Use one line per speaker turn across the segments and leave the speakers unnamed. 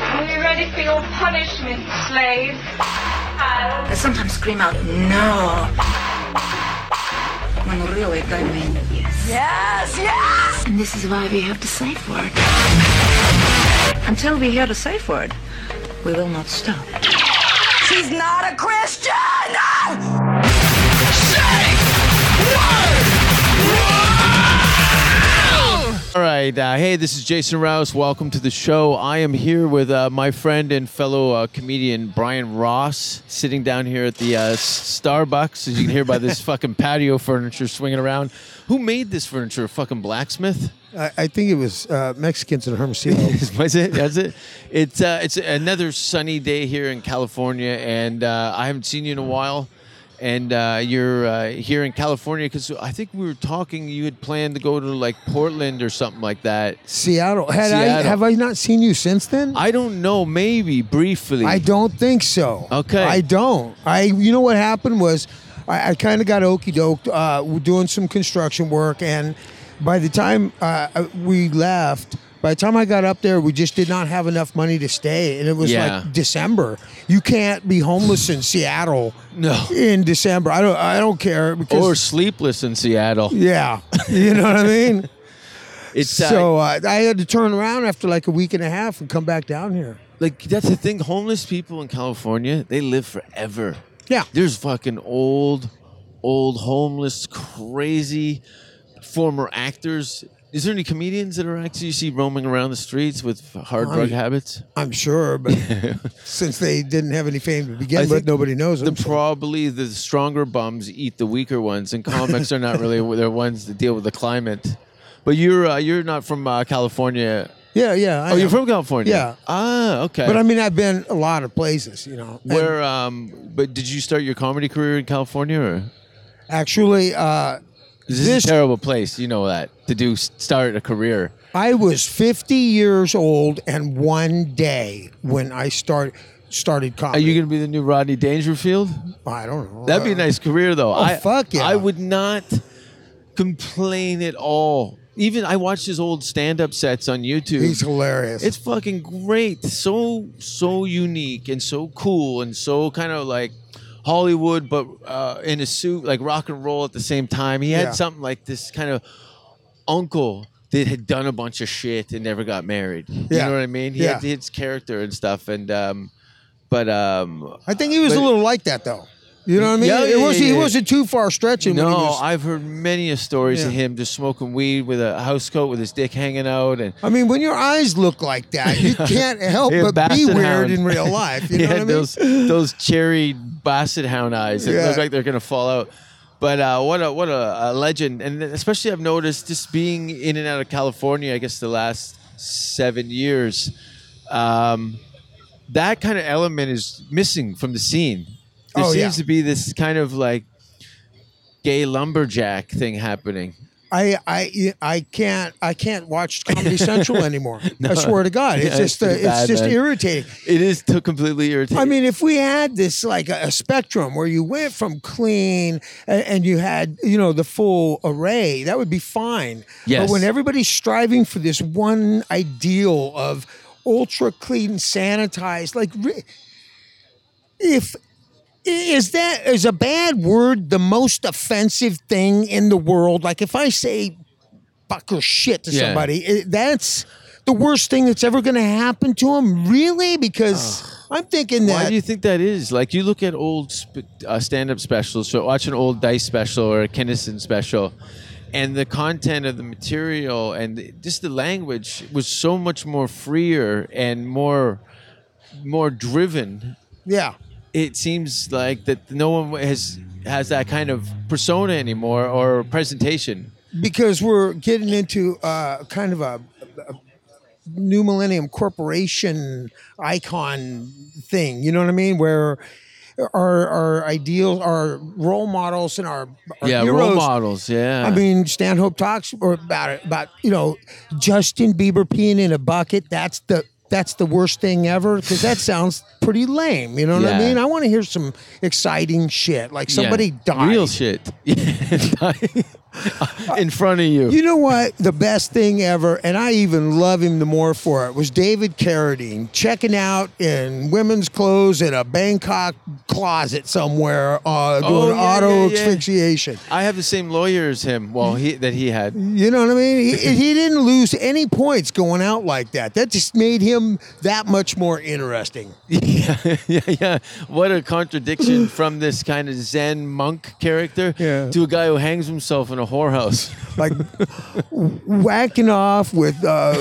Are you ready for your punishment, slave?
I sometimes scream out, no. When really I mean, yes. Yes, yes! And this is why we have the safe word. Until we hear the safe word, we will not stop. She's not a Christian!
All right. Uh, hey, this is Jason Rouse. Welcome to the show. I am here with uh, my friend and fellow uh, comedian Brian Ross, sitting down here at the uh, S- Starbucks, as you can hear by this fucking patio furniture swinging around. Who made this furniture? A fucking blacksmith?
I, I think it was uh, Mexicans in Hermosillo.
Was it? That's it. It's uh, it's another sunny day here in California, and uh, I haven't seen you in a while. And uh, you're uh, here in California because I think we were talking. You had planned to go to like Portland or something like that.
Seattle. Had I
Seattle.
have I not seen you since then?
I don't know. Maybe briefly.
I don't think so.
Okay.
I don't. I. You know what happened was, I, I kind of got okey doked uh, we're doing some construction work, and by the time uh, we left. By the time I got up there, we just did not have enough money to stay, and it was
Yeah.
like December. You can't be homeless in Seattle
No.
in December. I don't. I don't care because
Or sleepless in Seattle.
yeah, you know what I mean.
It's uh,
So uh, I had to turn around after like a week and a half and come back down here.
like that's the thing. Homeless people in California, they live forever.
Yeah.
There's fucking old, old homeless, crazy former actors. Is there any comedians that are actually you see roaming around the streets with hard drug habits?
I'm sure, but since they didn't have any fame to begin with,
think
nobody knows
The
them.
probably the stronger bums eat the weaker ones, and comics are not really they're ones that deal with the climate. But you're uh, you're not from uh, California.
yeah, yeah. I
Oh,
know.
you're from California.
Yeah.
Ah, okay.
But I mean, I've been a lot of places, you know. And
Where, um, but did you start your comedy career in California? Or?
actually, uh,
This is
This-
a terrible place, you know that, to do start a career.
I was 50 years old and one day when I start started
Are
comedy.
you going to be the new Rodney Dangerfield?
I don't know. Uh,
That'd be a nice career, though. I,
Oh, fuck yeah.
I would not complain at all. Even I watched his old stand-up sets on YouTube.
He's hilarious.
It's fucking great. So so unique and so cool and so kind of like Hollywood, but uh, in a suit, like rock and roll at the same time. He had
Yeah.
something like this kind of uncle that had done a bunch of shit and never got married. You
Yeah.
know what I mean? He had
Yeah.
his character and stuff, and um, but um,
I think he was
but-
a little like that, though. You know what I mean?
Yeah, yeah,
it was,
yeah,
he
yeah.
wasn't too far stretching.
No,
when he was,
I've heard many a stories of
Yeah.
him just smoking weed with a house coat with his dick hanging out and
I mean, when your eyes look like that, you can't help
Yeah,
Oh, but be
basset
weird
hound.
in real life. You
he
know what I
had
mean?
those those cherry basset hound eyes that
Yeah.
look like they're gonna fall out. But uh, what a what a, a legend, and especially I've noticed just being in and out of California. I guess the last seven years, um, that kind of element is missing from the scene. There
Oh,
seems
yeah.
to be this kind of like gay lumberjack thing happening.
I, I I can't I can't watch Comedy Central anymore. I swear to God, it's
Yeah, it's
just uh,
pretty
it's
bad,
just
man.
irritating.
It is to completely irritating.
I mean, if we had this like a, a spectrum where you went from clean and, and you had you know the full array, that would be fine.
Yes.
But when everybody's striving for this one ideal of ultra clean, sanitized, like re- if i- is that is a bad word the most offensive thing in the world? Like if I say fuck or shit to
Yeah.
somebody, i eh, that's the worst thing that's ever going to happen to them. Really? Because I'm thinking that
Why do you think that is? Like, you look at old sp- uh, stand up specials, so watch an old Dice special or a Kinnison special, and the content of the material and just the language was so much more freer and more more driven.
yeah.
It seems like that no one has has that kind of persona anymore or presentation.
because we're getting into uh, kind of a, a new millennium corporation icon thing. You know what I mean? Where our our ideals, our role models, and our, our
yeah,
heroes.
role models. Yeah,
I mean, Stanhope talks or about it about you know Justin Bieber peeing in a bucket. That's the that's the worst thing ever because that sounds pretty lame. You know what I
Yeah.
mean? I want to hear some exciting shit, like
Yeah.
somebody died.
Real shit. in front of you.
You know what? The best thing ever, and I even love him the more for it, was David Carradine checking out in women's clothes in a Bangkok closet somewhere, uh, doing
Oh, yeah,
auto
yeah, yeah.
asphyxiation.
I have the same lawyer as him. Well, he, that he had.
You know what I mean? He, he didn't lose any points going out like that. That just made him that much more interesting.
yeah, yeah, yeah. What a contradiction from this kind of Zen monk character
Yeah.
to a guy who hangs himself in a whorehouse.
like whacking off with uh,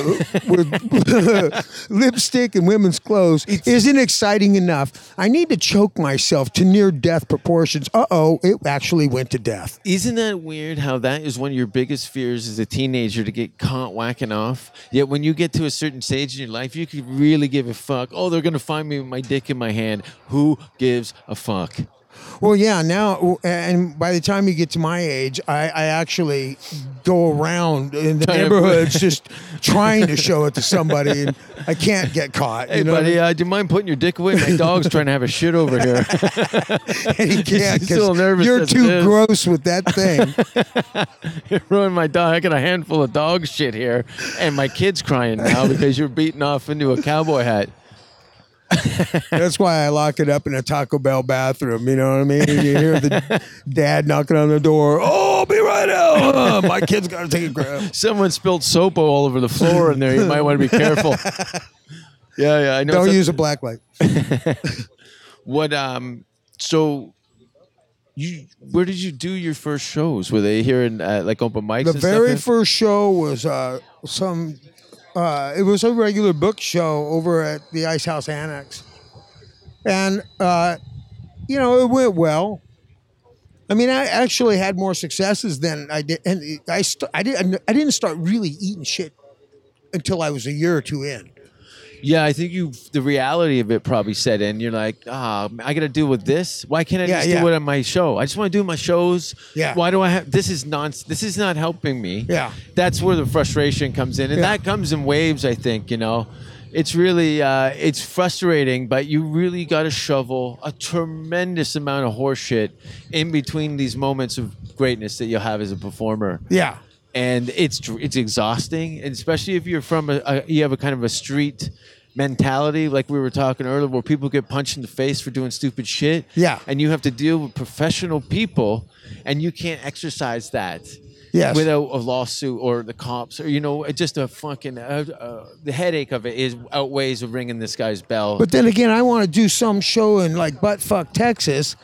with lipstick and women's clothes isn't exciting enough. I need to choke myself to near death proportions. Uh oh, it actually went to death.
Isn't that weird how that is one of your biggest fears as a teenager to get caught whacking off? Yet when you get to a certain stage in your life, you could really give a fuck. Oh, they're going to find me with my dick in my hand. Who gives a fuck?
Well, yeah. Now, and by the time you get to my age, I, I actually go around in the
Trying to-
neighborhoods just trying to show it to somebody, and I can't get caught.
Hey,
you know what I
buddy, uh, do you mind putting your dick away? My dog's trying to have a shit over here.
mean? You
he's
can't 'cause
still nervous
You're
as it
too
is.
gross with that thing.
you ruined my dog. I got a handful of dog shit here, and my kid's crying now because you're beating off into a cowboy hat.
That's why I lock it up in a Taco Bell bathroom. You know what I mean? You hear the dad knocking on the door. Oh, I'll be right out. Uh, My kid's got to take a crap.
Someone spilled soap all over the floor in there. You might want to be careful. Yeah, yeah, I know.
Don't
some-
use a black light.
what. Um, so you, where did you do your first shows? Were they here in uh, like open mics?
The
and stuff
very
here?
first show was uh, some. Uh, it was a regular book show over at the Ice House Annex, and uh, you know it went well. I mean, I actually had more successes than I did, and I st- I didn't I didn't start really eating shit until I was a year or two in.
Yeah, I think you. The reality of it probably set in. You're like, ah, I got to deal with this. Why can't I
Yeah,
just
yeah.
do it on my show? I just want to do my shows.
Yeah.
Why do I have this? Is non. This is not helping me.
Yeah.
That's where the frustration comes in, and
Yeah.
that comes in waves. I think you know. It's really uh, it's frustrating, but you really got to shovel a tremendous amount of horseshit in between these moments of greatness that you'll have as a performer
Yeah.
and it's dr- it's exhausting, and especially if you're from a, a you have a kind of a street mentality, like we were talking earlier, where people get punched in the face for doing stupid shit.
Yeah.
and you have to deal with professional people, and you can't exercise that.
Yes.
without a lawsuit or the cops or you know it just a fucking uh, uh, the headache of it is outweighs of ringing this guy's bell.
But then again, I want to do some show in like buttfuck Texas,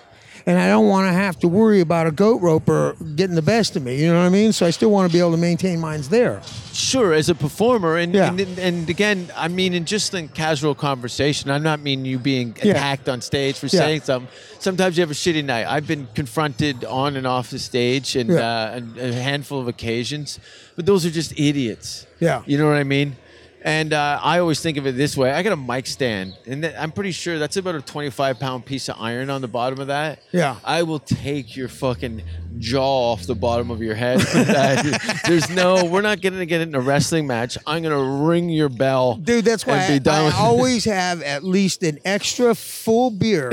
and I don't want to have to worry about a goat roper getting the best of me. You know what I mean? So I still want to be able to maintain mine's there.
sure as a performer and,
Yeah.
and and again i mean in just in casual conversation i'm not mean you being
Yeah.
attacked on stage for
Yeah.
saying something sometimes you have a shitty night i've been confronted on and off the stage and
Yeah.
uh, and a handful of occasions but those are just idiots
Yeah.
you know what i mean and uh, I always think of it this way: I got a mic stand, and that, I'm pretty sure that's about a 25 pound piece of iron on the bottom of that.
Yeah.
I will take your fucking jaw off the bottom of your head. with that. There's no, we're not going to get in a wrestling match. I'm going to ring your bell,
Dude, that's why
and be
I,
done
I
with-
always have at least an extra full beer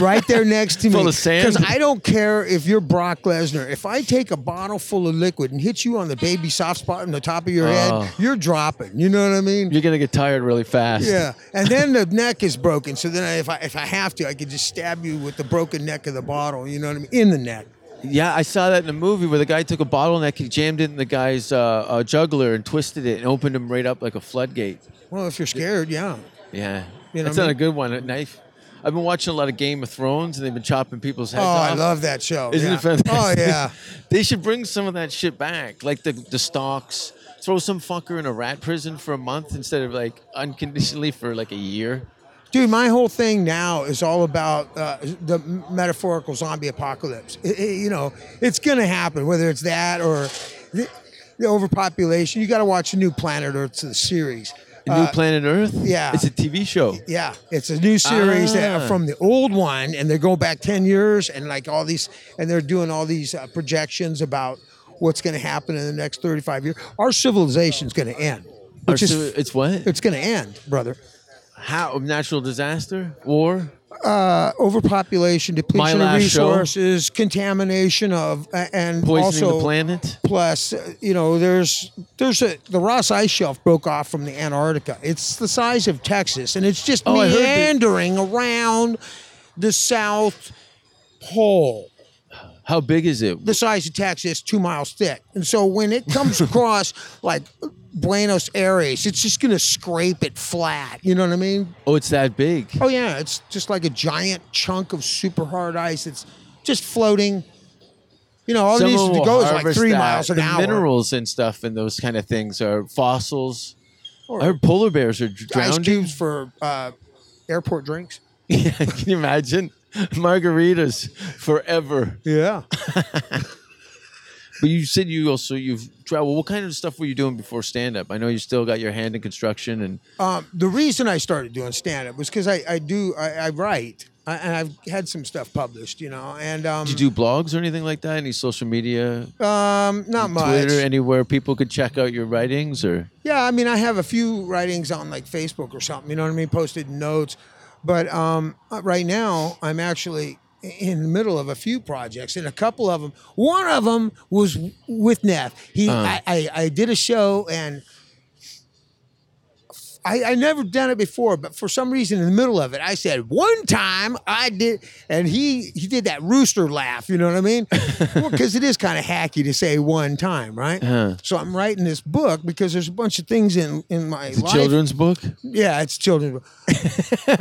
right there next to me.
Full of sand?
Because I don't care if you're Brock Lesnar. If I take a bottle full of liquid and hit you on the baby soft spot on the top of your
Oh.
head, you're dropping. You know what I mean?
You're going to get tired really fast.
Yeah, and then the neck is broken. So then, I, if I if I have to, I could just stab you with the broken neck of the bottle. You know what I mean? In the neck.
Yeah, I saw that in a movie where the guy took a bottleneck, he jammed it in the guy's uh, uh, juggler and twisted it and opened him right up like a floodgate.
Well, if you're scared, yeah.
Yeah.
You know
That's
what I
not
mean?
a good one. A knife. I've been watching a lot of Game of Thrones and they've been chopping people's
Oh,
heads off.
I love that show.
Isn't
yeah.
it fantastic?
Oh yeah.
they should bring some of that shit back, like the the stocks. Throw some fucker in a rat prison for a month instead of like unconditionally for like a year.
Dude, my whole thing now is all about uh, the metaphorical zombie apocalypse. I- I- you know, it's going to happen, whether it's that or the, the overpopulation. You got to watch the new Planet Earth series.
A new
Uh,
planet Earth.
yeah.
it's a TV show.
Yeah, it's a new series that
Ah.
from the old one, and they go back ten years, and like all these, and they're doing all these uh, projections about what's going to happen in the next thirty-five years. Our civilization's going to end,
Or
which is
so- it's what?
it's going to end, brother.
How natural disaster, war.
uh, overpopulation, depletion of
last show.
resources, contamination of, a- and
Poisoning
also
the planet.
Plus, uh, you know, there's there's a the Ross ice shelf broke off from the Antarctica. It's the size of Texas, and it's just
Oh, I heard that-
meandering around the South Pole
How big is it?
the size of Texas, two miles thick. And so when it comes across like Buenos Aires, it's just gonna scrape it flat. You know what I mean?
Oh, it's that big.
Oh yeah, it's just like a giant chunk of super hard ice. It's just floating. You know, all it needs
Someone
to
will
go is like
harvest
three
that.
miles an
the
hour.
Minerals and stuff and those kind of things are fossils. I heard polar bears are dr-
ice
drowning.
cubes for uh, airport drinks.
Yeah, can you imagine? Margaritas forever.
Yeah.
But you said you also you've traveled. What kind of stuff were you doing before stand up? I know you still got your hand in construction and
Um, the reason I started doing stand up was because I, I do I, I write I, and I've had some stuff published, you know, and um,
did you do blogs or anything like that? Any social media,
um not much.
Twitter, anywhere people could check out your writings or
Yeah, I mean, I have a few writings on like Facebook or something. You know what I mean? Posted notes, but um, uh, right now I'm actually in the middle of a few projects, and a couple of them. One of them was with Neff. He,
Uh-huh.
I, I, I did a show, and I, I never done it before, but for some reason in the middle of it, I said one time I did, and he he did that rooster laugh. You know what I mean? well, because it is kind of hacky to say one time, right? So I'm writing this book because there's a bunch of things in in my
the
life.
children's book?
Yeah, it's children.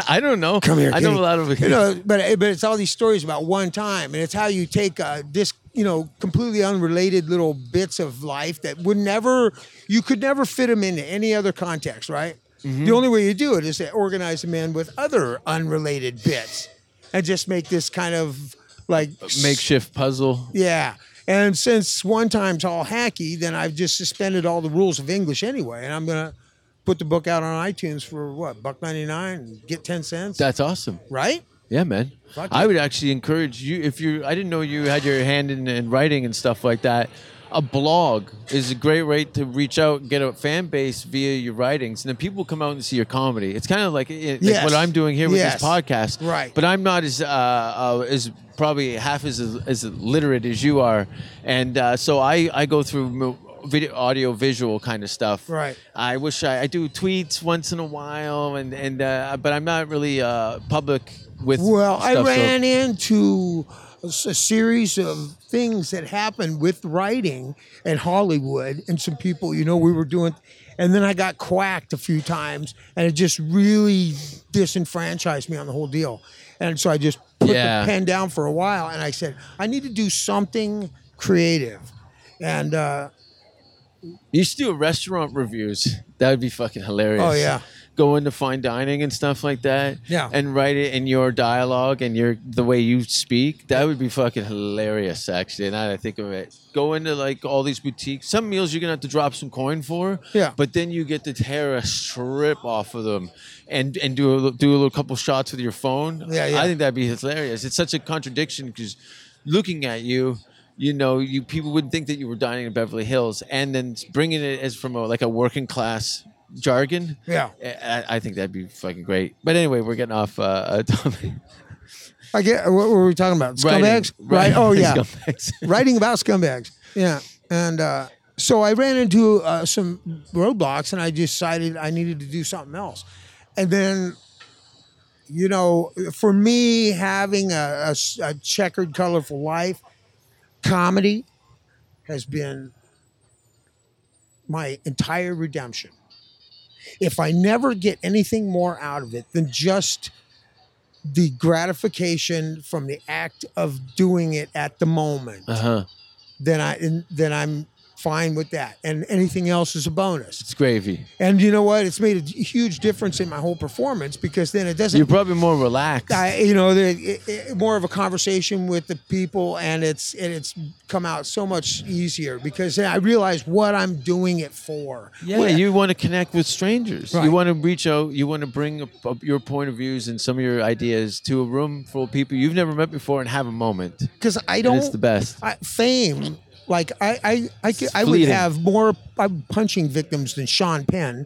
I don't know.
Come here,
I know
kitty.
a lot of
You know, but but it's all these stories about one time, and it's how you take uh, this, you know, completely unrelated little bits of life that would never, you could never fit them into any other context, right?
Mm-hmm.
The only way you do it is to organize them in with other unrelated bits, and just make this kind of like
Uh, makeshift puzzle.
yeah. And since one time's all hacky, then I've just suspended all the rules of English anyway, and I'm gonna put the book out on iTunes for what buck ninety nine and get ten cents,
That's awesome.
right?
Yeah, man.
Fuck
I
yeah.
would actually encourage you if you. I didn't know you had your hand in, in writing and stuff like that. A blog is a great way to reach out and get a fan base via your writings, and then people come out and see your comedy. It's kind of like, it, like
Yes.
what I'm doing here with
Yes.
this podcast,
Right.
But I'm not as uh, uh, as probably half as as literate as you are, and uh, so I I go through. mo- Video, audio, visual kind of stuff.
Right.
I wish I, I do tweets once in a while, and and uh, but I'm not really uh, public with
Well, I
stuff, so-
ran into a s- a series of things that happened with writing in Hollywood and some people, you know, we were doing, and then I got quacked a few times and it just really disenfranchised me on the whole deal. And so I just put
Yeah.
the pen down for a while and I said, I need to do something creative. And, uh,
you should do restaurant reviews. That would be fucking hilarious.
Oh, yeah.
Go into fine dining and stuff like that.
Yeah.
And write it in your dialogue and your the way you speak. That would be fucking hilarious, actually. Now that I think of it. Go into like all these boutiques. Some meals you're gonna have to drop some coin for.
Yeah.
But then you get to tear a strip off of them and and do a little- do a little couple shots with your phone.
Yeah, yeah.
I think that'd be hilarious. It's such a contradiction because looking at you, you know, you people wouldn't think that you were dining in Beverly Hills, and then bringing it as from a, like a working class jargon.
Yeah.
I, I- I think that'd be fucking great. But anyway, we're getting off uh, a topic.
I get, what were we talking about?
Writing.
Scumbags? Right. Oh,
Writing
yeah.
scumbags.
writing about scumbags. Yeah, and uh, so I ran into uh, some roadblocks, and I decided I needed to do something else. And then, you know, for me, having a, a s- a checkered, colorful life, comedy has been my entire redemption. If I never get anything more out of it than just the gratification from the act of doing it at the moment,
Uh-huh.
then I and then I'm fine with that. And anything else is a bonus.
It's gravy.
And you know what? It's made a huge difference in my whole performance because then it doesn't.
You're probably more relaxed.
I, you know, the, it, it, more of a conversation with the people, and it's and it's come out so much easier because then I realize what I'm doing it for.
Yeah,
What-
you want to connect with strangers.
Right.
You want to reach out. You want to bring up, up your point of views and some of your ideas to a room full of people you've never met before and have a moment.
because I
And
don't.
it's the best.
I, fame, like I, I, I, could- I would
fleeting.
have more. I'm punching victims than Sean Penn.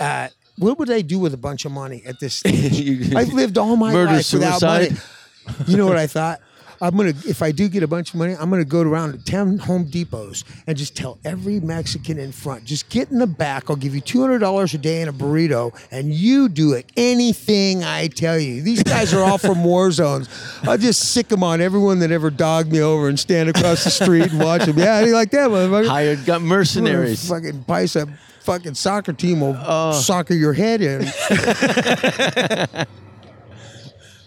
Uh, what would I do with a bunch of money at this
You-
stage? I've lived all my
Murder,
life without money.
suicide?
You know what I thought? I'm gonna if I do get a bunch of money, I'm gonna go around to ten Home Depots and just tell every Mexican in front, just get in the back. I'll give you two hundred dollars a day and a burrito, and you do it anything I tell you. These guys are all from war zones. I'll just sick them on everyone that ever dogged me over and stand across the street and watch them. Yeah, how do you like that, motherfucker?
Hired gun mercenaries.
Or a Fucking bicep fucking soccer team will
Oh.
soccer your head in.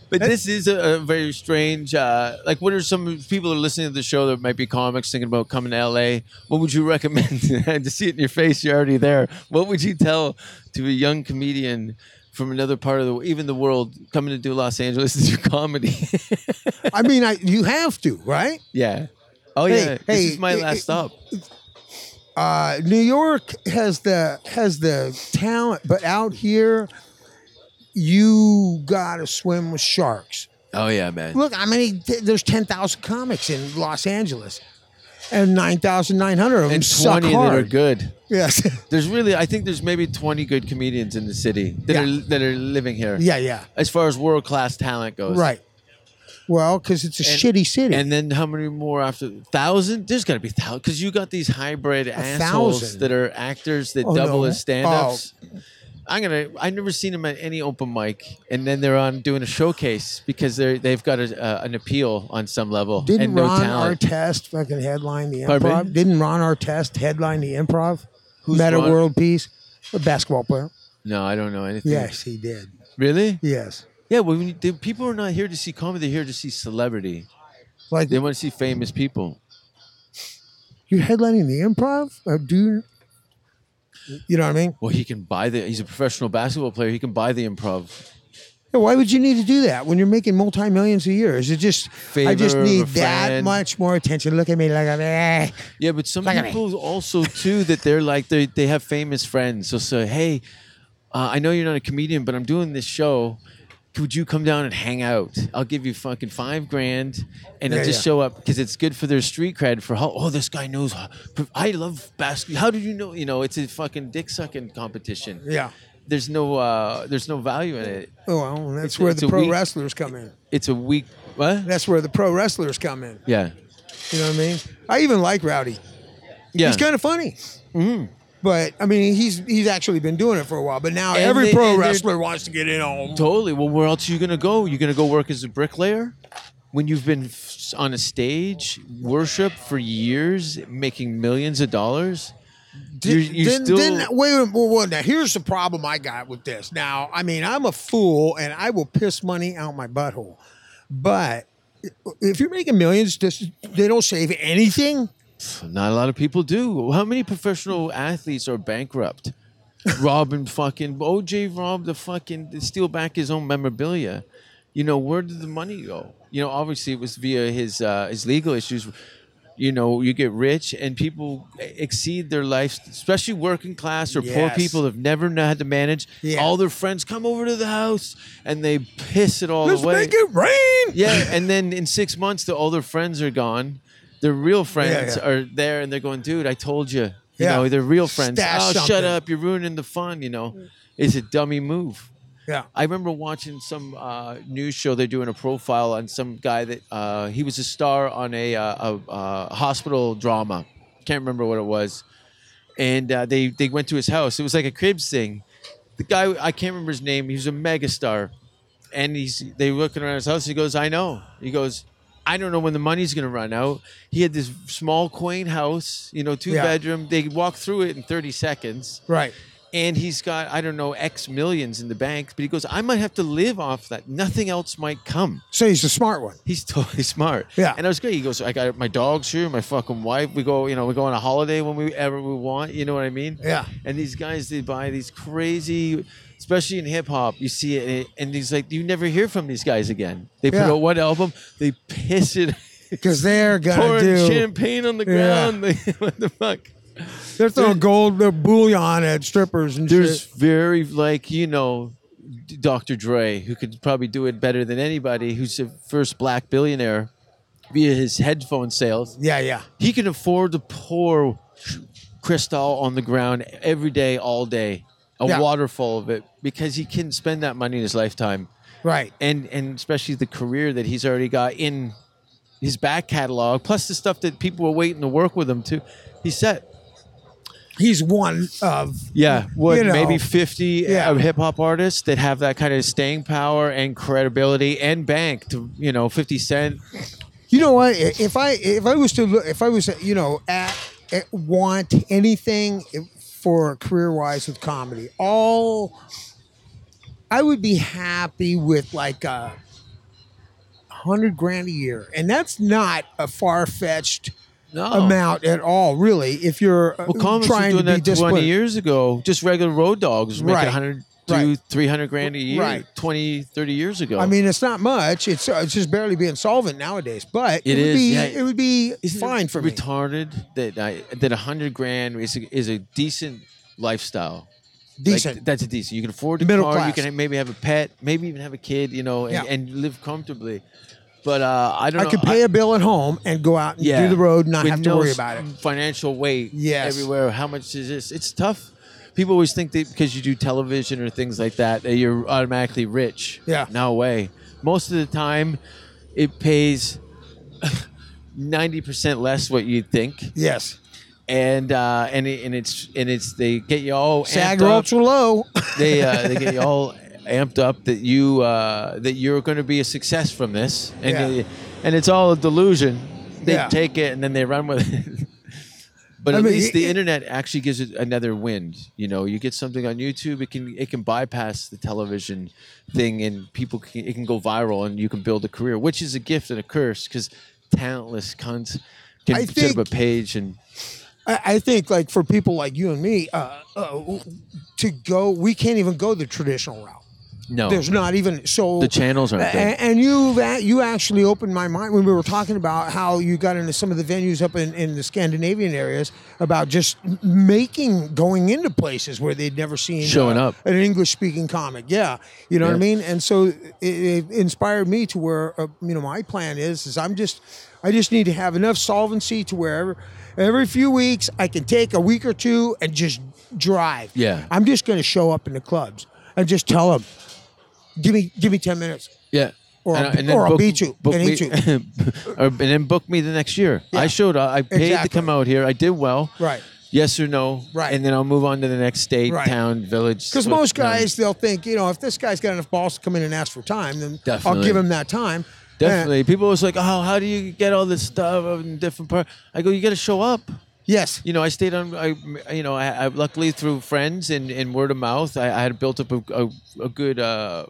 But this is a, a very strange. Uh, like, what are some people who are listening to the show that might be comics thinking about coming to LA? What would you recommend? and to see it in your face, you're already there. What would you tell to a young comedian from another part of the even the world coming to do Los Angeles to do comedy?
I mean, I you have to, right?
yeah. Oh
Hey,
yeah.
hey,
this is my
it-
last
it-
stop.
Uh, New York has the has the talent, but out here, you gotta swim with sharks.
Oh yeah, man.
Look, I mean, th- there's ten thousand comics in Los Angeles, and nine thousand nine hundred of them
and
suck
twenty that are
hard.
good.
Yes,
There's really, I think there's maybe 20 good comedians in the city that
Yeah.
are that are living here.
yeah, yeah,
As far as world class talent goes,
right. Well, because it's a
And-
shitty city.
And then how many more after thousand? There's got to be thousand because you got these hybrid assholes
thousand.
that are actors that
Oh,
double
no. Oh.
as stand-ups. I'm gonna. I've never seen them at any open mic, and then they're on doing a showcase because they they've got a, uh, an appeal on some level
Didn't
and no
Ron
talent.
Artest fucking headline the
Pardon me?
improv? Didn't Ron Artest headline the improv? Who's Meta
Ron?
world peace? A basketball player.
no, I don't know anything.
Yes, he did.
Really?
Yes.
Yeah. Well, when you, the people are not here to see comedy; they're here to see celebrity.
Like
They want to see famous people.
you're headlining the improv? Uh, do you, you know what I mean?
Well, he can buy the. He's a professional basketball player. He can buy the improv.
Yeah, Why would you need to do that when you're making multi millions a year? Is it just I just
Favor of a
need that
friend.
much more attention? Look at me like I'm eh.
Yeah, but some
Look at me.
people also too that they're like they they have famous friends. So say, hey, uh, I know you're not a comedian, but I'm doing this show. Could you come down and hang out? I'll give you fucking five grand, and I'll
Yeah,
just
yeah.
show up because it's good for their street cred. For how oh this guy knows, I love basketball. How did you know? You know, it's a fucking dick sucking competition.
Yeah.
There's no uh, there's no value in it.
Oh, well, that's
It's-
where
it's
the
a
pro
weak-
wrestlers come in.
It's a weak what?
That's where the pro wrestlers come in.
Yeah,
You know what I mean? I even like Rowdy.
yeah. Mm-hmm.
He's kind of funny. But I mean, he's he's actually been doing it for a while. But now
And
every
they-
pro
and they're-
wrestler wants to get in on.
Totally. Well, where else are you going to go? You're going to go work as a bricklayer when you've been f- on a stage, worship for years, making millions of dollars. You're, you're
then,
still
then- wait, a minute, whoa, whoa, now here's the problem I got with this. Now, I mean, I'm a fool and I will piss money out my butthole. But if you're making millions, this, they don't save anything.
not a lot of people do. How many professional athletes are bankrupt? Robin fucking OJ robbed the fucking to steal back his own memorabilia. You know where did the money go? You know, obviously it was via his uh, his legal issues. You know, you get rich and people exceed their life, especially working class or poor
Yes.
people have never know how to manage.
Yeah.
All their friends come over to the house and they piss it all
Let's
away.
make it rain.
Yeah, and then in six months, the, all their friends are gone. Their real friends
yeah.
are there, and they're going, "Dude, I told you." You
Yeah.
know, their real friends.
Stash
oh, shut
something."
up! You're ruining the fun. You know, it's a dummy move.
Yeah.
I remember watching some uh, news show. They're doing a profile on some guy that uh, he was a star on a, uh, a, uh hospital drama. Can't remember what it was. And uh, they they went to his house. It was like a cribs thing. The guy I can't remember his name. He was a megastar, and he's they were looking around his house. He goes, I know. He goes. I don't know when the money's gonna run out. He had this small, quaint house, you know, two
Yeah.
bedroom. They walked through it in 30 seconds
Right.
and he's got I don't know X millions in the bank, but he goes, I might have to live off that. Nothing else might come.
So he's the smart one.
He's totally smart.
Yeah.
and I was great. He goes, I got my dogs here, my fucking wife. We go, you know, we go on a holiday when we ever we want. You know what I mean?
Yeah.
And these guys, they buy these crazy, especially in hip hop. You see it, and he's like, you never hear from these guys again. They put
Yeah.
out one album, they piss it,
Because they're going
pouring
to do.
champagne on the
Yeah.
ground. what the fuck?
They're throwing gold they're bullion at strippers and
there's
shit.
very like you know D- Dr. Dre who could probably do it better than anybody who's the first black billionaire via his headphone sales.
Yeah, yeah.
He can afford to pour Cristal on the ground every day all day. a
Yeah.
waterfall of it because he can spend that money in his lifetime
Right.
and and especially the career that he's already got in his back catalog plus the stuff that people are waiting to work with him too he's set
He's one of
yeah what
You know.
maybe 50
Yeah.
uh, hip-hop artists that have that kind of staying power and credibility and bank to you know 50 cent
You know what? I- If I if I was to look, if I was to, you know at, at want anything for career wise with comedy, all I would be happy with like a hundred grand a year, and that's not a far fetched
no
amount at all, really. If you're uh,
Oh. well, Commons was
trying
doing
to be
that 20
disciplined,
years ago just regular road dogs was making
Right.
100
Right.
to 300 grand a year
Right.
20 30 years ago
I mean, it's not much. It's uh, it's just barely being solvent nowadays, but
It
would
is,
be
yeah.
it would be
Isn't it
fine for me.
retarded that I, that a hundred grand is a, is a decent lifestyle. Like,
Decent.
that's a decent. You can afford a
Middle
car. You
class.
can maybe have a pet. Maybe even have a kid. You know, and,
Yeah.
and live comfortably. But uh, I don't.
I
know.
could pay a bill at home and go out and
Yeah.
do the road, and not
With
have to
no
worry
s-
about it.
Financial weight.
Yes.
Everywhere. How much is this? It's tough. People always think that because you do television or things like that, that you're automatically rich.
Yeah.
No way. Most of the time, it pays ninety percent less what you'd think.
Yes,
and uh, and it, and it's and it's they get you all
SAG
amped
are
up.
ultra low.
They uh, they get you all amped up that you uh, that you're going to be a success from this, and
Yeah.
they- and it's all a delusion. They
Yeah.
take it and then they run with it. But
I
at
mean,
least the
it-
internet actually gives it another wind. You know, you get something on YouTube, it can it can bypass the television thing, and people can, it can go viral, and you can build a career, which is a gift and a curse because talentless cunts can
I
set up
think-
a page and
I, I think like for people like you and me, uh, uh, to go, we can't even go the traditional route.
no.
There's not even so
Oh, The channels aren't there.
And, and you that you actually opened my mind when we were talking about how you got into some of the venues up in, in the Scandinavian areas about just making going into places where they'd never seen uh,
Showing up.
an English speaking comic. Yeah, you know what
Yeah.
I mean. And so it, it inspired me to where uh, you know my plan is is I'm just I just need to have enough solvency to where every, every few weeks I can take a week or two and just drive.
Yeah.
I'm just going to show up in the clubs and just tell them. Give me, give me ten minutes.
Yeah.
Or I'll- or I'll beat you and
me,
eat you.
or, and then book me the next year. I showed up. I paid to
Exactly.
come out here. I did well.
Right.
Yes or no.
Right.
And then I'll move on to the next state,
Right.
town, village. um,
Because
what-
most
town.
guys, they'll think, you know, if this guy's got enough balls to come in and ask for time, then
Definitely.
I'll give him that time. eh.
Definitely. People was like, oh, how do you get all this stuff in different part? I go, you got to show up.
Uh, yes.
You know, I stayed on. I, you know, I, I luckily through friends and, and word of mouth, I, I had built up a, a, a good uh,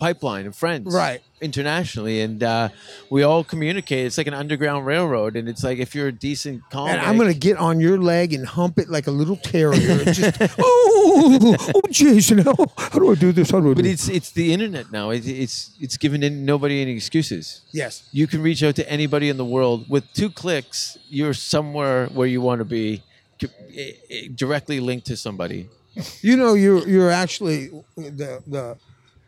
pipeline of friends,
Right.
internationally, and uh, we all communicate. It's like an underground railroad, and it's like if you're a decent comic,
And I'm going to get on your leg and hump it like a little terrier. and just, oh, oh, Jason, how, how do I do this? How do I do
But
this?
it's it's the internet now. It, it's it's giving in nobody any excuses.
Yes.
You can reach out to anybody in the world with two clicks. You're somewhere where you want to be, c- eh, eh, directly linked to somebody.
You know, you're, you're actually the, the,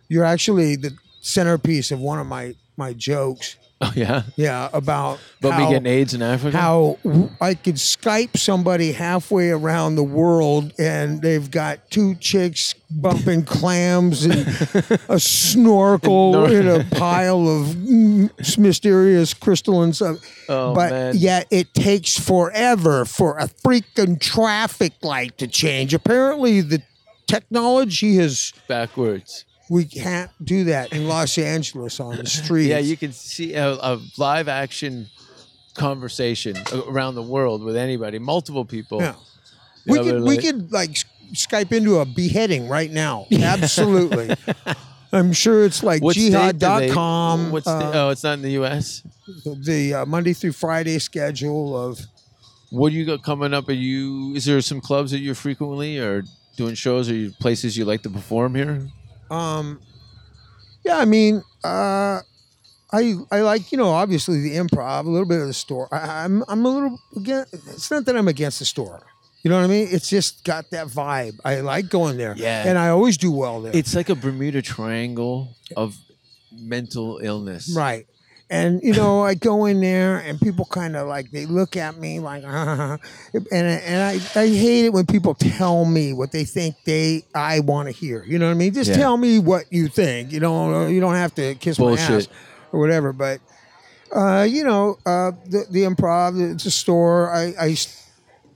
you're actually the centerpiece of one of my, my jokes.
Oh yeah,
Yeah. About
but
how,
me getting AIDS in Africa.
how w- I could Skype somebody halfway around the world and they've got two chicks bumping clams and a snorkel
Nor-
in a pile of mm, mysterious crystalline stuff.
Oh,
but
man.
yet it takes forever for a freaking traffic light to change. Apparently, the technology has.
backwards.
We can't do that in Los Angeles on the streets.
Yeah, you can see a, a live action conversation a- around the world with anybody, multiple people.
Yeah.
Yeah,
We
but
could we
like-
could like s- Skype into a beheading right now. Absolutely. I'm sure it's like
What state do they-
jihad.com.
What sta-
uh,
oh, it's not in the U.S.
the uh, Monday through Friday schedule of
What do you got coming up? Are you? Is there some clubs that you're frequently or doing shows or you, places you like to perform here?
um yeah, I mean, uh I I like, you know, obviously the improv, a little bit of the store. I, I'm I'm a little against, it's not that I'm against the store. You know what I mean? It's just got that vibe. I like going there.
Yeah.
And I always do well there.
It's like a Bermuda Triangle of mental illness.
Right. And you know, I go in there, and people kind of like they look at me like, and and I, I hate it when people tell me what they think they I want to hear. You know what I mean? Just
Yeah.
tell me what you think. You don't you don't have to kiss my ass
Bullshit.
or whatever. But uh, you know, uh, the the improv, it's a store. I, I s-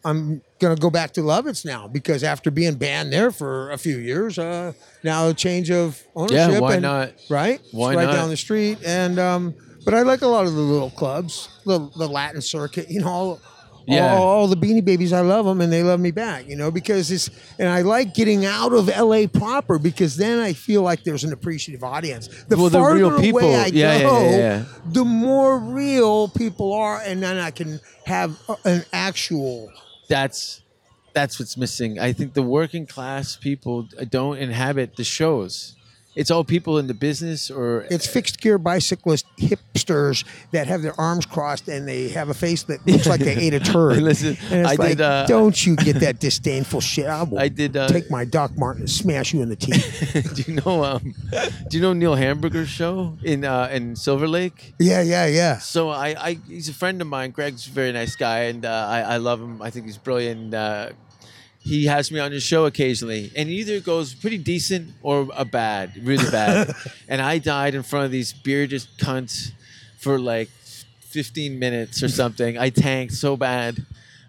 I'm gonna go back to Lovitz now because after being banned there for a few years, uh, now a change of ownership.
why
and-
not?
Right? It's
Why
right
not?
down the street. And um, but I like a lot of the little clubs, the the Latin circuit. You know, all,
Yeah.
all, all the Beanie Babies. I love them, and they love me back. You know, because it's and I like getting out of L.A. proper because then I feel like there's an appreciative audience. The
Well, they're
farther
real people.
away I
Yeah, yeah,
go,
yeah, yeah.
the more real people are, and then I can have a, an actual.
that's that's what's missing. I think the working class people don't inhabit the shows. It's all people in the business or
It's fixed gear bicyclist hipsters that have their arms crossed and they have a face that looks like they ate a turd.
Listen,
and it's
I
like,
did, uh,
don't you get that disdainful shit? I will
I did, uh,
take my Doc Martin and smash you in the teeth.
do you know um do you know Neil Hamburger's show in uh in Silver Lake?
yeah, yeah, yeah.
So I, I he's a friend of mine. Greg's a very nice guy, and uh, I, I love him. I think he's brilliant. Uh, he has me on his show occasionally, and it either goes pretty decent or a bad, really bad. and I died in front of these bearded cunts for like 15 minutes or something. I tanked so bad.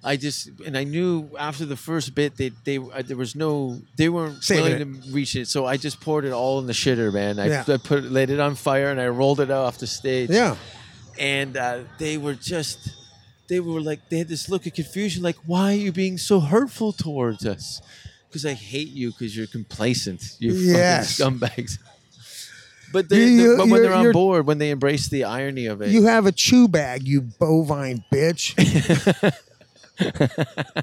I just and I knew after the first bit they they uh, there was no they weren't
Saving
willing to reach it, so I just poured it all in the shitter, man. I,
Yeah.
I put laid it on fire and I rolled it off the stage
Yeah.
and uh, they were just they were like they had this look of confusion like why are you being so hurtful towards us because i hate you because you're complacent you
Yes.
fucking scumbags but, they,
You- you-
but when they're
you're-
on
you're-
board when they embrace the irony of it
You have a chew bag, you bovine bitch.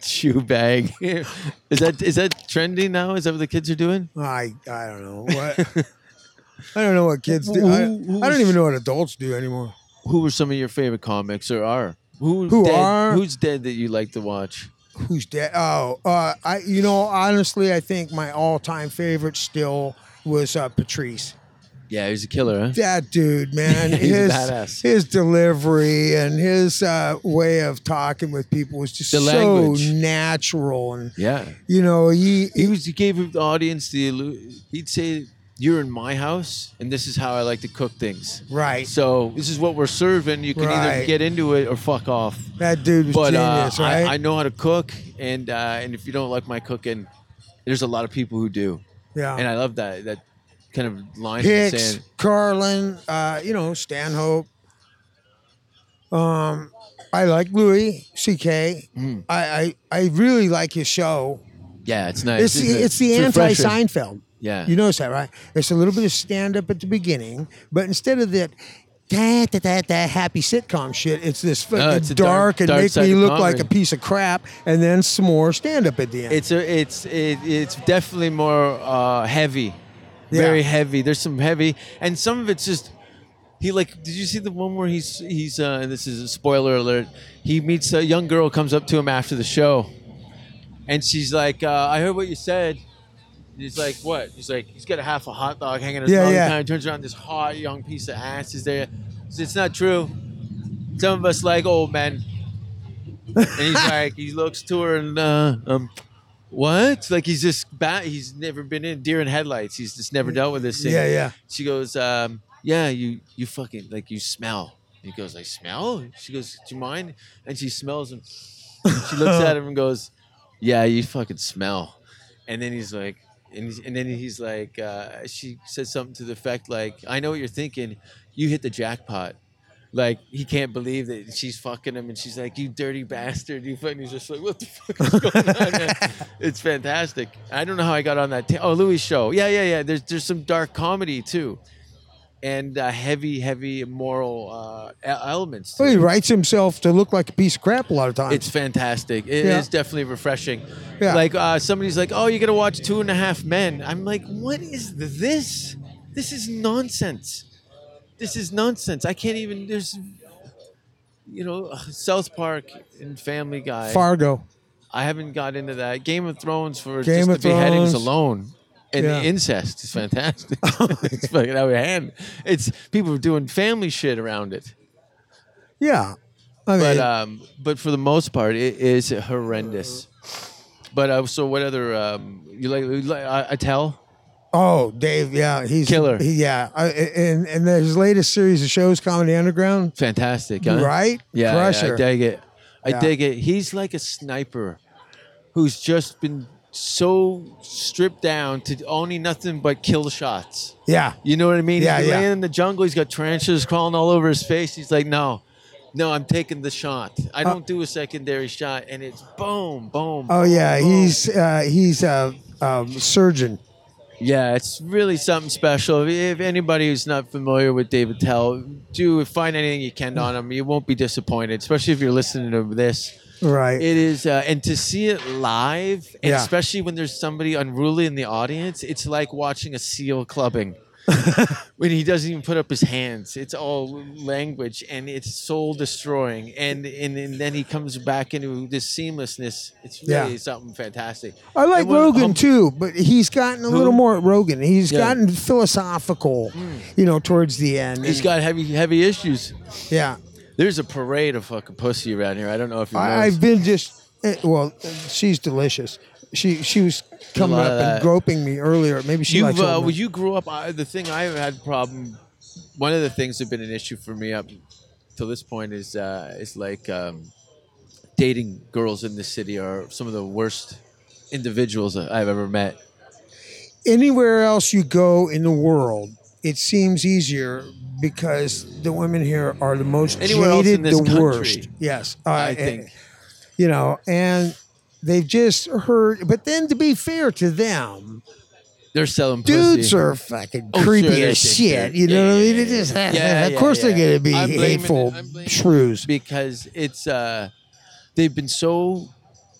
chew bag is that is that trendy now is that what the kids are doing
I I don't know what. I don't know what kids do. I,
Who- who-
I don't even know what adults do anymore.
who were some of your favorite comics or are who's
Who
dead,
are?
who's dead that you like to watch
Who's dead? Oh, uh, I you know honestly, I think my all-time favorite still was uh, Patrice.
yeah he's a killer huh?
That dude, man,
He's
his
badass.
his delivery and his uh, way of talking with people was just
The
so
language.
natural, and
yeah
you know he,
he was he gave the audience the illu- he'd say you're in my house and this is how I like to cook things.
right.
So this is what we're serving. You can either
Right.
get into it or fuck off.
That dude was
But uh,
genius,
I,
right?
I know how to cook, and uh, and if you don't like my cooking, there's a lot of people who do,
yeah.
and I love that that kind of line. in the
Hicks,
sand.
Carlin, uh, you know, Stanhope. Um, I like Louis C.K. I
Hmm.
I, I really like his show.
Yeah, it's nice.
It's
isn't
the,
it?
it's the anti
refreshing.
Seinfeld.
Yeah.
You notice that, right? It's a little bit of stand up at the beginning, but instead of that da, da, da, da, happy sitcom shit, it's this fucking
it's a dark-
dark, and
dark
make
side
me
of
look
comedy.
like a piece of crap, and then some more stand up at the end.
It's a, it's it, it's definitely more uh, heavy, very
Yeah.
heavy. There's some heavy, and some of it's just he like. Did you see the one where he's he's uh, and this is a spoiler alert. He meets a young girl comes up to him after the show, and she's like, uh, "I heard what you said." And he's like, "What?" He's like, "He's got a half a hot dog hanging in his
Yeah,
mouth." He
yeah.
kinda turns around, this hot young piece of ass is there. He says, It's not true. Some of us like old men. and he's like, he looks to her and uh, um, what? Like he's just bat. He's never been in deer in headlights. He's just never dealt with this thing.
yeah, yeah.
She goes, um, yeah, you you fucking like you smell. He goes, I smell. She goes, do you mind? And she smells him. She looks at him and goes, yeah, you fucking smell. And then he's like, and, he's, and then he's like, uh, she said something to the effect like, I know what you're thinking. You hit the jackpot. Like he can't believe that she's fucking him, and she's like, "You dirty bastard!" You fucking. He's just like, "What the fuck is going on?" man?" it's fantastic. I don't know how I got on that. ta- oh, Louis show. Yeah, yeah, yeah. There's there's some dark comedy too, and uh, heavy, heavy moral uh, e- elements. To
Well, he
it.
writes himself to look like a piece of crap a lot of times.
It's fantastic. It is
Yeah.
definitely refreshing.
Yeah.
Like uh, somebody's like, "Oh, you gotta watch Two and a Half Men." I'm like, "What is this? This is nonsense. This is nonsense. I can't even." There's, you know, South Park and Family Guy.
Fargo.
I haven't got into that. Game of Thrones for
Game
just
of
the beheadings
Thrones.
alone and
Yeah.
the incest is fantastic. it's fucking out of hand. It's people are doing family shit around it.
Yeah. I mean,
But um, but for the most part, it is horrendous. But uh, so what other um, you like? you like I, I tell.
oh, Dave, yeah, he's
Killer.
he- yeah, I, and and his latest series of shows, Comedy Underground,
Fantastic, huh?
Right?
Yeah,
Crusher.
I dig it. I
Yeah.
dig it. He's like a sniper who's just been so stripped down to only nothing but kill shots.
yeah,
You know what I mean?
Yeah,
he's
yeah.
laying in the jungle. He's got tranches crawling all over his face. He's like, no, no, I'm taking the shot. I don't do a secondary shot, and it's boom, boom.
Uh oh yeah,
boom.
he's uh, he's a um, surgeon.
Yeah, it's really something special. If anybody who's not familiar with David Tell, do find anything you can on him. You won't be disappointed, especially if you're listening to this.
Right.
It is, uh, and to see it live, and
Yeah.
especially when there's somebody unruly in the audience, it's like watching a seal clubbing. when he doesn't even put up his hands, it's all language and it's soul destroying. And, and and then he comes back into this seamlessness. It's
Yeah.
really something fantastic.
I like
And when
Rogan
Hump-
too, but he's gotten a little more Rogan. He's
Yeah. Hmm.
gotten philosophical, you know, towards the end.
He's got heavy heavy issues.
yeah.
There's a parade of fucking pussy around here. I don't know if you
I,
noticed.
I've been just eh, well. eh, She's delicious. She she was coming
lot
up
of
and
that.
groping me earlier. Maybe she likes
You've, uh,
old
well,
men.
you grew up. I, the thing I had problem. One of the things that have been an issue for me up to this point is uh, is like um, dating girls in the city are some of the worst individuals that I've ever met.
Anywhere else you go in the world, it seems easier because the women here are the most
Anywhere else
jaded,
in this
the
country,
worst. Yes, uh,
I
eh,
think.
you know, and they've just heard. But then, to be fair to them,
They're selling
dudes
pussy.
are fucking
Oh,
creepy
sure,
as
they think
shit.
they're-
You know
yeah,
what I
yeah,
mean? It
yeah,
is.
yeah. Yeah,
of
yeah,
course,
yeah.
they're gonna be
I'm blaming it-
hateful
I'm blaming it.
shrews.
because it's uh, they've been so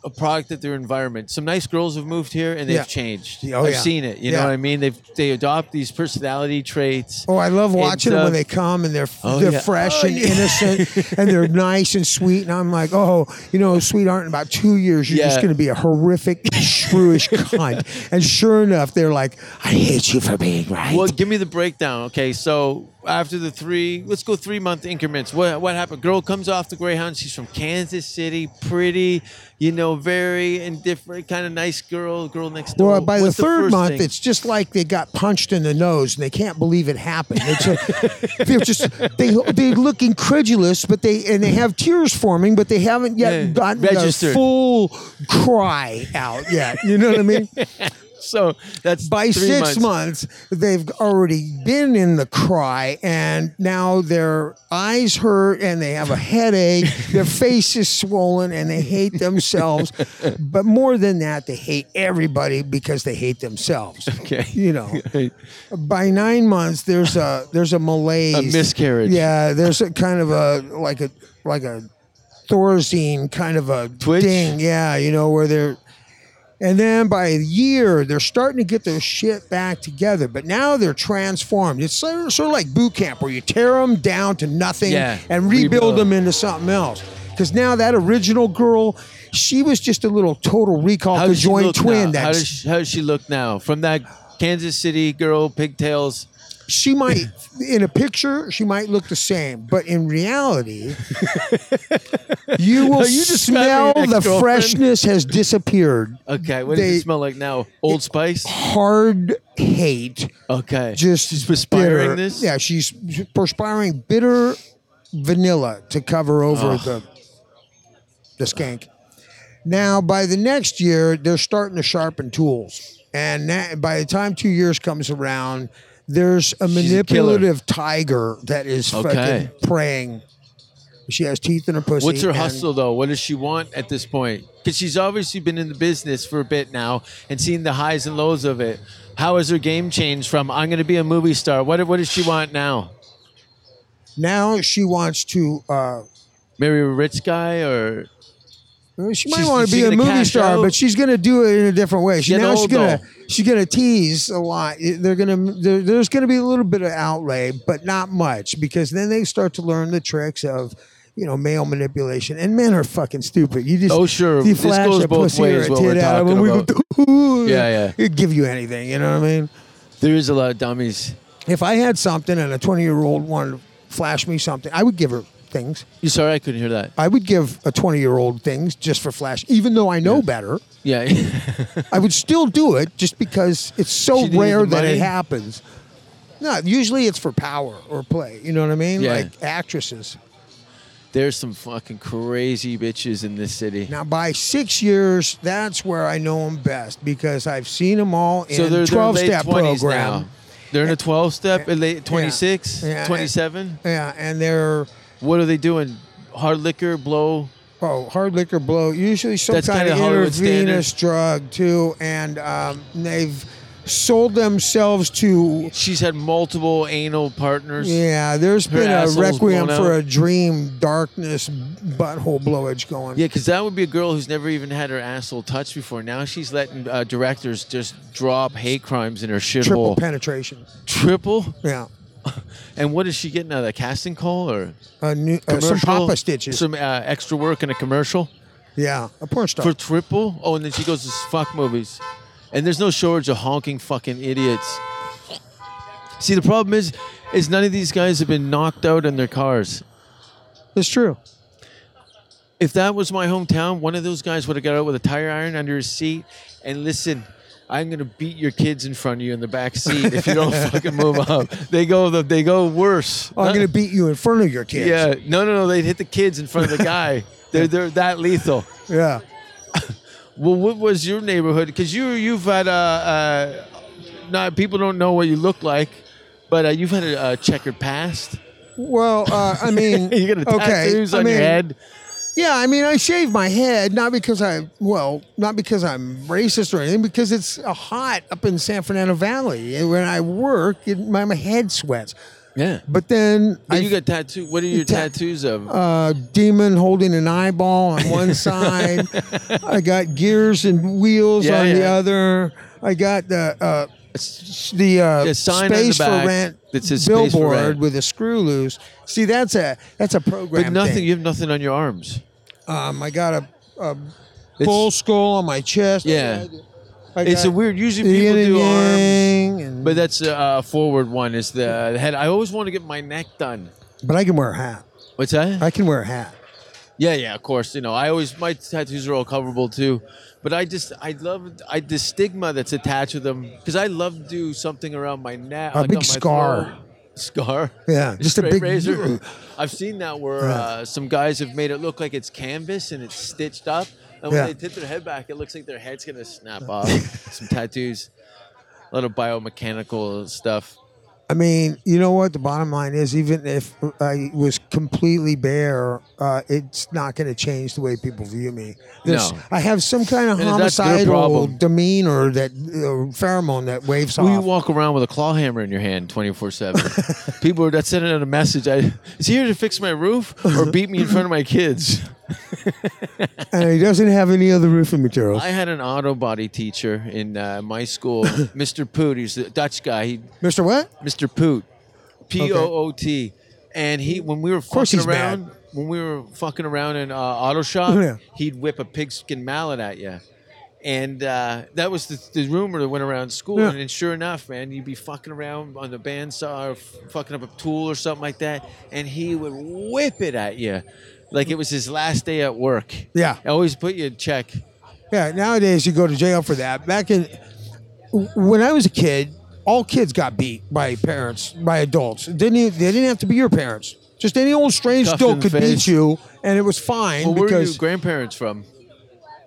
a product of their environment. Some nice girls have moved here and they've
Yeah.
changed.
Oh,
I've
yeah.
seen it. You know
Yeah.
what I mean? They've they adopt these personality traits.
Oh, I love watching them
uh,
when they come and they're
Oh,
they're
yeah.
fresh
Oh,
and
yeah.
innocent and they're nice and sweet. And I'm like, oh, you know, sweetheart, in about two years, you're just
Yeah.
gonna be a horrific shrewish cunt. And sure enough, they're like, I hate you for being right.
Well, give me the breakdown. Okay, so after the three, let's go three month increments. What what happened? Girl comes off the Greyhound. She's from Kansas City, pretty, you know, very indifferent, kind of nice girl. Girl next door.
Well, by the
What's
third
first
month,
thing?
it's just like they got punched in the nose and they can't believe it happened. It's a, they're just they they look incredulous, but they and they have tears forming, but they haven't yet
Yeah,
gotten the
registered.
full cry out yet. You know what I mean?
so that's
By
three
six
months.
months. they've already been in the cry, and now their eyes hurt and they have a headache. their face is swollen, and they hate themselves. but more than that, they hate everybody because they hate themselves.
Okay.
you know. By nine months, there's a there's a malaise,
A miscarriage.
Yeah, there's a kind of a like a like a Thorazine kind of a
Twitch?
ding. Yeah, you know where they're, and then by a year they're starting to get their shit back together. But now they're transformed. It's sort of, sort of like boot camp where you tear them down to nothing
Yeah,
and rebuild,
rebuild.
them into something else. Because now that original girl, she was just a little total recall
How
to
does she
joint
look
twin.
Now? How
That's
does she, how does she look now? From that Kansas City girl, pigtails.
she might in a picture she might look the same but in reality you will
Are you describing
smell
an
the
ex-girlfriend?
freshness has disappeared
Okay, what does
They-
it smell like now? Old Spice.
hard hate
Okay,
just
she's perspiring
bitter.
this.
yeah she's perspiring bitter vanilla to cover over the the skank now by the next year they're starting to sharpen tools and that, by the time two years comes around there's a
She's a killer.
manipulative tiger that is
Okay.
fucking preying she has teeth in her pussy
What's her
and-
hustle though? What does she want at this point? Because she's obviously been in the business for a bit now and seen the highs and lows of it. How has her game changed from "I'm going to be a movie star"? What what does she want now?
now she wants to uh,
Marry a rich guy or
Well, She might
She's-
want to
she's
be a
gonna
movie
cash
star,
out.
but she's going to do it in a different way. She,
Get
now she's
old,
going to
though.
she's going to tease a lot. They're going to there, there's going to be a little bit of outlay, but not much because then they start to learn the tricks of you know, male manipulation. And men are fucking stupid. You just
Oh, sure.
you
This
flash
goes
a
both
pussy
ways,
or a
what we're
tit out of
talking
them, we go,
Yeah, yeah.
It'd give you anything. You know what I mean?
There is a lot of dummies.
If I had something and a twenty year old wanted to flash me something, I would give her things.
You sorry I couldn't hear that.
I would give a 20 year old things just for flash, even though I know better.
Yeah.
I would still do it just because it's so
She needed
rare
the
that
money.
it happens. No, usually it's for power or play. You know what I mean?
Yeah.
Like actresses.
There's some fucking crazy bitches in this city.
Now, by six years, that's where I know them best because I've seen them all in
so they're, they're in
12
late
step
20s
program.
now. They're in a 12 step, uh, late 26,
Yeah.
27.
Yeah, and they're
What are they doing? Hard liquor, blow.
oh hard liquor blow. Usually some
That's
kind
kinda
of
Hollywood standard.
intravenous drug too, and um, they've sold themselves to
She's had multiple anal partners.
Yeah, there's
Her
been a
asshole's
requiem
blown
for
out.
a dream, darkness, butthole blowage going.
Yeah, because that would be a girl who's never even had her asshole touched before. Now she's letting uh, directors just drop hate crimes in her
triple
shithole.
penetration.
Triple?
Yeah,
And what is she getting out of that casting call or
a new uh, some
commercial?
papa stitches.
Some uh, extra work in a commercial
yeah, a porn star.
for triple? Oh, and then she goes to fuck movies. And there's no shortage of honking fucking idiots. See, the problem is, is none of these guys have been knocked out in their cars.
it's true.
If that was my hometown, one of those guys would have got out with a tire iron under his seat and listen. I'm gonna beat your kids in front of you in the back seat if you don't fucking move up. They go the, they go worse.
Oh, I'm gonna beat you in front of your kids.
Yeah, no, no, no. They hit the kids in front of the guy. they're they're that lethal.
yeah.
Well, what was your neighborhood? Because you you've had uh, uh not people don't know what you look like, but uh, you've had a, uh checkered past.
Well, uh, I mean,
You got
okay.
tattoos
I
on
mean,
your head.
Yeah, I mean, I shave my head not because I well, not because I'm racist or anything, because it's uh, hot up in San Fernando Valley, and when I work, it, my, my head sweats.
Yeah, but
But then I
you got tattoo. What are your
Ta-
tattoos of?
uh, demon holding an eyeball on one side. I got gears and wheels
Yeah,
on the
yeah.
other. I got the uh, s- the, uh,
The sign on the
space
back
for rent
that says
billboard
Space for Rent.
with a screw loose. See, that's a that's a program.
but nothing.
thing.
You have nothing on your arms.
Um, I got a, a bull skull on my chest.
Yeah.
I
It's a
got
weird. Usually
the
people
yin and
do arms,
yang and-
but that's a uh, forward one. Is the uh, head? I always want to get my neck done.
but I can wear a hat.
What's that?
I can wear a hat.
Yeah, yeah, of course. You know, I always my tattoos are all coverable too, but I just I love I the stigma that's attached to them because I love to do something around my neck,
A
like
big
on my
scar.
throat. scar.
Yeah, just a
straight
big-
razor. I've seen that where uh, some guys have made it look like it's canvas and it's stitched up, and when
Yeah. Uh,
they tip their head back, it looks like their head's gonna snap off. some tattoos, a lot of biomechanical stuff.
I mean, you know what? The bottom line is, even if I was completely bare, uh, it's not going to change the way people view me.
No.
I have some kind of
And that's their
homicidal
problem.
demeanor that uh, pheromone that waves
Well, you
off.
walk around with a claw hammer in your hand 24 7. People are that's sending out a message. I, is he here to fix my roof or beat me in front of my kids?
and he doesn't have any other roofing materials.
I had an auto body teacher in uh, my school, Mr. Poot. He's a Dutch guy. He,
Mister, what?
Mr. Poot, P O O T. And he, when we were
course
fucking
he's
around,
mad.
when we were fucking around in uh, auto shop,
Yeah.
he'd whip a pigskin mallet at you. And uh, that was the, the rumor that went around school.
Yeah.
And, then sure enough, man, you'd be fucking around on the bandsaw or f- fucking up a tool or something like that. And he would whip it at you like it was his last day at work.
Yeah.
Always put you in check.
Yeah, nowadays you go to jail for that. Back in when I was a kid, all kids got beat by parents, by adults. It didn't even, they didn't have to be your parents. Just any old strange
Cuffed in
dope
the
could
face.
beat you, and it was fine
Well, where are your
because
grandparents from?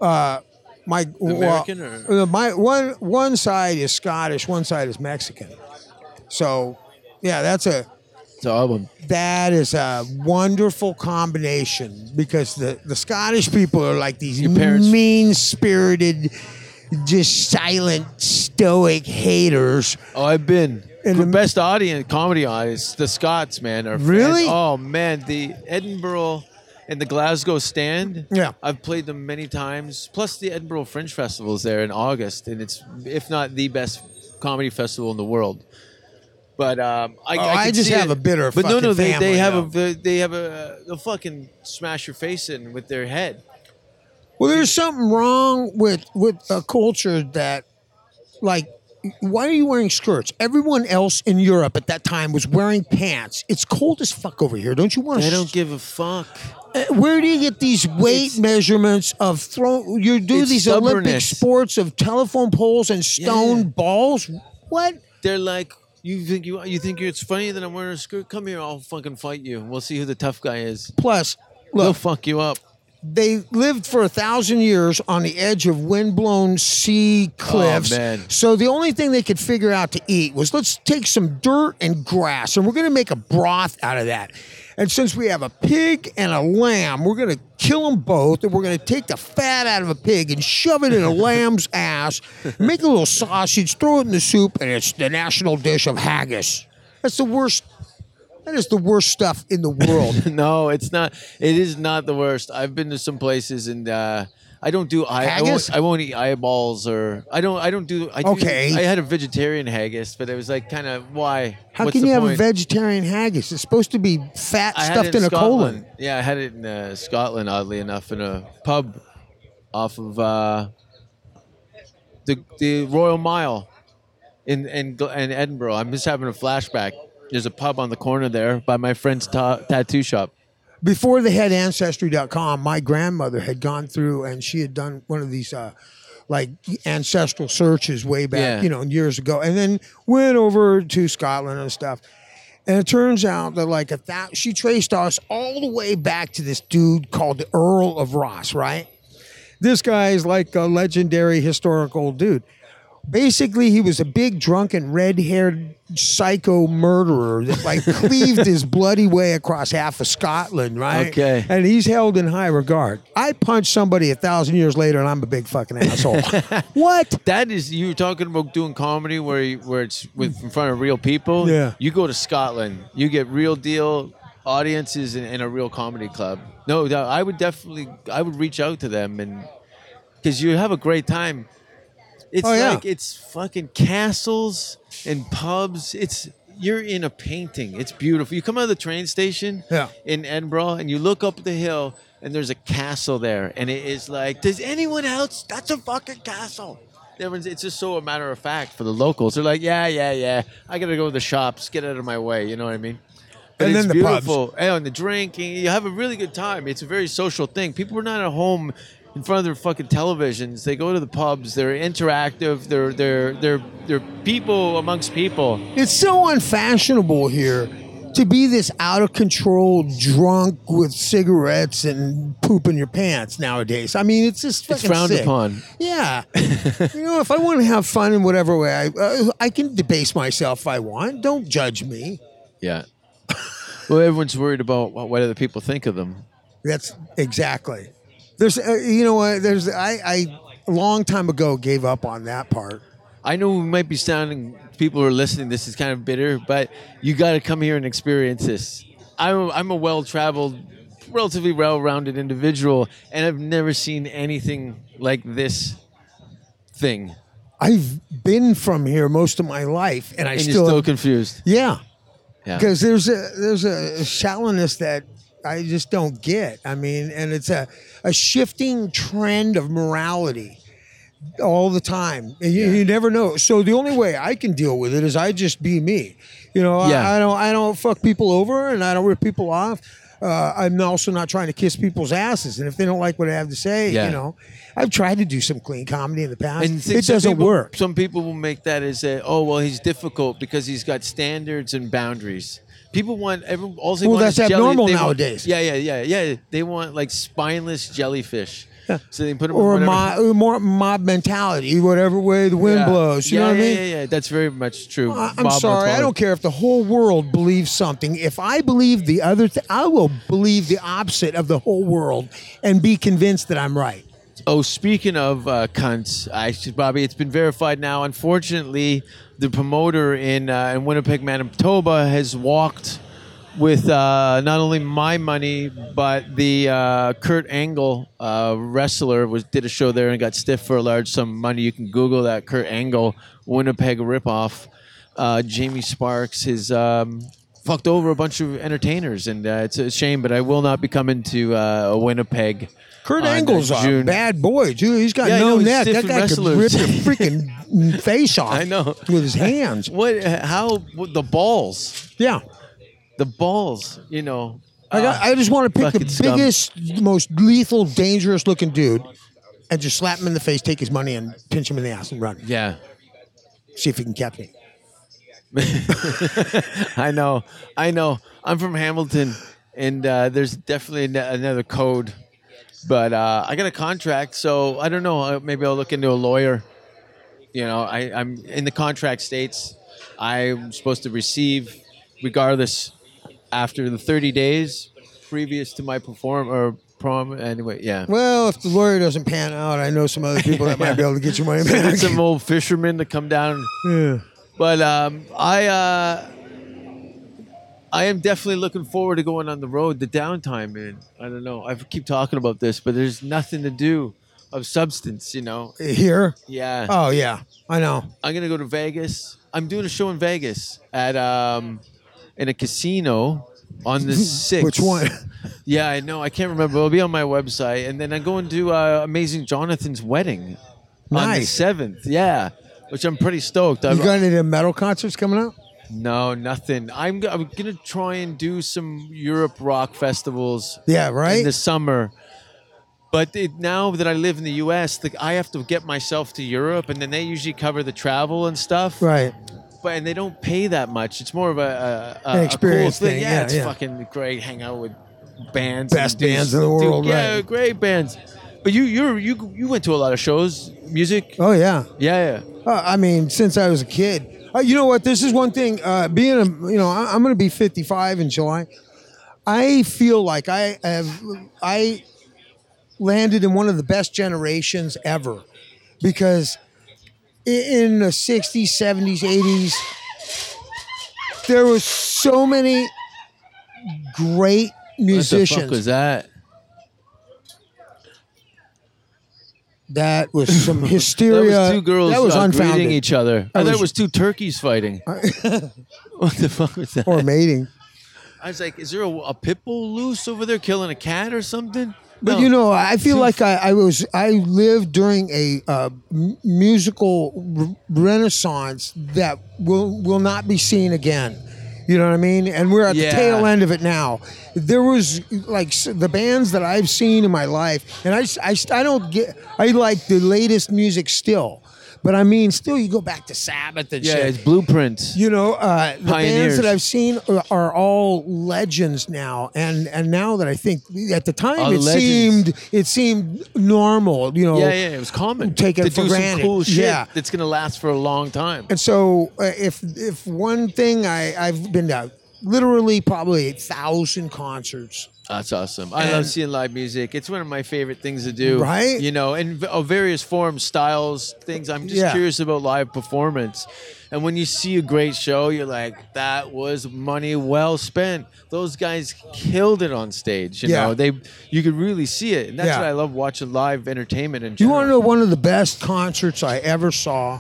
my well,
American or-
uh, my one one side is Scottish, one side is Mexican. So, yeah, that's a
To Auburn.
that is a wonderful combination because the, the Scottish people are like these
Your parents-
mean spirited, just silent, stoic haters.
Oh, I've been.
And
the
the-
best audience, comedy audience, the Scots, man. Are fans.
Really?
Oh man, the Edinburgh and the Glasgow Stand.
Yeah.
I've played them many times. Plus, the Edinburgh Fringe Festival is there in August, and it's if not the best comedy festival in the world. But um, I,
Oh,
I,
I
could
just
see
have
it.
a bitter
But no, no,
fucking
they, they
family,
have
though.
a they- they have a they'll fucking smash your face in with their head.
Well, there's something wrong with with a culture that, like, why are you wearing skirts? Everyone else in Europe at that time was wearing pants. It's cold as fuck over here. Don't you want
They
to?
don't give a fuck.
Where do you get these weight
It's-
measurements of throw? You do
It's
these Olympic
stubbornness.
sports of telephone poles and stone
Yeah.
balls. What?
They're like, you think you you think it's funny that I'm wearing a skirt? Come here, I'll fucking fight you. We'll see who the tough guy is.
Plus,
They'll
look,
fuck you up.
they lived for a thousand years on the edge of windblown sea cliffs.
man.
So the only thing they could figure out to eat was let's take some dirt and grass and we're going to make a broth out of that. And since we have a pig and a lamb, we're going to kill them both and we're going to take the fat out of a pig and shove it in a lamb's ass, make a little sausage, throw it in the soup, and it's the national dish of haggis. That's the worst. That is the worst stuff in the world.
No, it's not. It is not the worst. I've been to some places and uh, I don't do eye. I
Haggis?
won't, I won't eat eyeballs or I don't. I don't do. I do-
Okay.
I had a vegetarian haggis, but it was like kind of why?
How
What's
can
the
you
point?
have a vegetarian haggis? It's supposed to be fat
I had it
stuffed in, a
Scotland.
colon.
Yeah, I had it in uh, Scotland, oddly enough, in a pub off of uh, the the Royal Mile in in, Gl- in Edinburgh. I'm just having a flashback. There's a pub on the corner there by my friend's ta- tattoo shop.
Before they had ancestry.com, my grandmother had gone through and she had done one of these uh, like ancestral searches way back,
Yeah.
you know, years ago, and then went over to Scotland and stuff. And it turns out that like a thou- she traced us all the way back to this dude called the Earl of Ross, right? This guy is like a legendary historical dude. basically he was a big drunken red-haired psycho murderer that like cleaved his bloody way across half of scotland right
Okay.
and he's held in high regard i punch somebody a thousand years later and i'm a big fucking asshole what
That is, you were talking about doing comedy where you, where it's with in front of real people.
Yeah.
You go to Scotland, you get real deal audiences in, in a real comedy club. No, no, I would definitely, I would reach out to them and because you have a great time. It's
Oh, yeah.
like it's fucking castles and pubs. It's you're in a painting. It's beautiful. You come out of the train station
Yeah.
in Edinburgh and you look up the hill and there's a castle there and it is like, does anyone else? That's a fucking castle. Everyone's, it's just so a matter of fact for the locals. They're like, yeah, yeah, yeah. I gotta go to the shops. Get out of my way. You know what I mean? But
And
it's
then the pubs.
beautiful and the drinking. You have a really good time. It's a very social thing. People are not at home in front of their fucking televisions. They go to the pubs. They're interactive. They're they're they're they're people amongst people.
it's so unfashionable here to be this out of control drunk with cigarettes and poop in your pants nowadays. I mean, it's just
It's
fucking
frowned
sick.
upon.
Yeah, you know, if I want to have fun in whatever way, I uh, I can debase myself if I want. Don't judge me.
Yeah. well, everyone's worried about what, what other people think of them.
That's exactly. There's, uh, you know, what? There's I I a long time ago gave up on that part.
I know we might be sounding people who are listening. This is kind of bitter, but you got to come here and experience this. I'm a, I'm a well-traveled, relatively well-rounded individual, and I've never seen anything like this thing.
I've been from here most of my life, and I
And
still,
you're still confused.
yeah.
Yeah.
because there's a there's a shallowness that I just don't get. I mean, and it's a a shifting trend of morality all the time. And you, you never know. So the only way I can deal with it is I just be me. You know,
Yeah.
I, I don't I don't fuck people over and I don't rip people off. Uh, I'm also not trying to kiss people's asses, and if they don't like what I have to say,
Yeah.
you know, I've tried to do some clean comedy in the past.
And think
it
some
doesn't
people-
work.
Some people will make that as a, oh well, he's difficult because he's got standards and boundaries. People want everyone. All they
Well,
want
that's
is jelly-
abnormal
they want-
nowadays.
yeah, yeah, yeah, yeah. They want like spineless jellyfish. So they put them
Or
in whatever-
mob, more mob mentality, whatever way the wind
Yeah.
blows. You
yeah,
know what
yeah,
I mean?
Yeah, yeah, that's very much true.
I- I'm
Bob
sorry. I
Bartolo.
don't care if the whole world believes something. If I believe the other thing, I will believe the opposite of the whole world and be convinced that I'm right.
Oh, speaking of uh, cunts, I should, Bobby, it's been verified now. Unfortunately, the promoter in uh, in Winnipeg, Manitoba, has walked with uh, not only my money but the uh, Kurt Angle uh, wrestler was did a show there and got stiff for a large sum of money. You can Google that Kurt Angle Winnipeg ripoff. uh, Jamie Sparks has um, fucked over a bunch of entertainers, and uh, it's a shame. But I will not be coming to uh, Winnipeg.
Kurt
on, uh,
Angle's a
June.
bad boy, too. He's got
Yeah, I know,
no
he's
neck.
stiff
That
with
guy
wrestlers.
could rip your freaking face off.
I know.
With his hands.
What? uh, How? What, the balls?
Yeah.
The balls? You know? Uh,
I, got, I just want to pick the
Ah, fucking scum.
biggest, most lethal, dangerous looking dude and just slap him in the face, take his money, and pinch him in the ass and run.
yeah.
See if he can catch me.
I know. I know. I'm from Hamilton, and uh, there's definitely an- another code. But uh, I got a contract, so I don't know. uh, Maybe I'll look into a lawyer. You know, I, I'm in the contract states I'm supposed to receive, regardless, after the 30 days previous to my perform or prom. Anyway, yeah.
Well, if the lawyer doesn't pan out, I know some other people that might be able to get your money back.
Get some old fishermen to come down.
Yeah.
But um, I uh, I am definitely looking forward to going on the road. The downtime, man. I don't know. I keep talking about this, but there's nothing to do of substance, you know.
Here?
Yeah,
Oh, yeah. I know.
I'm gonna go to Vegas. I'm doing a show in Vegas at um, in a casino on the sixth.
Which one?
Yeah, I know. I can't remember. It'll be on my website, and then I'm going to uh, Amazing Jonathan's wedding on the
Nice.
seventh. Yeah, which I'm pretty stoked.
You
I've-
got any of the metal concerts coming up?
No, nothing. I'm, go- I'm gonna try and do some Europe rock festivals
Yeah, right?
in the summer. But it, now that I live in the U.S., like I have to get myself to Europe, and then they usually cover the travel and stuff.
right.
But and they don't pay that much. It's more of a, a, a
An
a
experience
cool
thing,
Yeah,
yeah,
it's
yeah.
fucking great. Hang out with bands,
Best
and do-
bands in the
do-
world,
Yeah,
right.
great bands. But you, you, you, you went to a lot of shows, music.
Oh, yeah.
Yeah, yeah.
Uh, I mean, since I was a kid. Uh, you know what? This is one thing. Uh, being a, you know, I, I'm going to be 55 in July. I feel like I have, I landed in one of the best generations ever because i- in the 60s, 70s, 80s, there was so many great
What the fuck
musicians.
was that?
that was some
That
hysteria.
was two girls
that was
uh,
unfounded
greeting each other. I
That
thought it
was-
was two turkeys fighting. what the fuck was that?
or mating.
I was like, is there a, a pit bull loose over there killing a cat or something?
But
No.
you know, I feel like I, I was I lived during a uh, m- musical re- renaissance that will will not be seen again. You know what I mean? And we're at
Yeah.
the tail end of it now. There was like s- the bands that I've seen in my life, and I, s- I s- I don't get I like the latest music still, but I mean, still you go back to Sabbath and
yeah,
shit.
it's blueprints.
You know, uh, the
Pioneers.
bands that I've seen are, are all legends now, and and now that I think at the time
All
it
legends.
seemed it seemed normal, you know.
yeah, yeah, it was common.
Take it
to
for
do
granted.
some cool shit
Yeah.
that's gonna last for a long time.
And so, uh, if if one thing I I've been to literally probably a thousand concerts.
That's awesome. I
And-
love seeing live music. It's one of my favorite things to do.
Right?
You know, in v- of various forms, styles, things. I'm just
Yeah.
curious about live performance. And when you see a great show, you're like, that was money well spent. Those guys killed it on stage. You
Yeah.
know, they you could really see it. And that's
Yeah.
what I love watching live entertainment in
Do you
general.
want to know one of the best concerts I ever saw?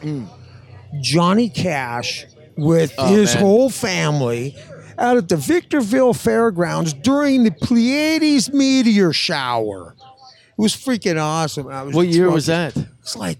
Johnny Cash with
Mm. Oh,
his
man.
whole family out at the Victorville Fairgrounds during the Pleiades meteor shower. It was freaking awesome. I was
what year was
drunk.
that?
It's like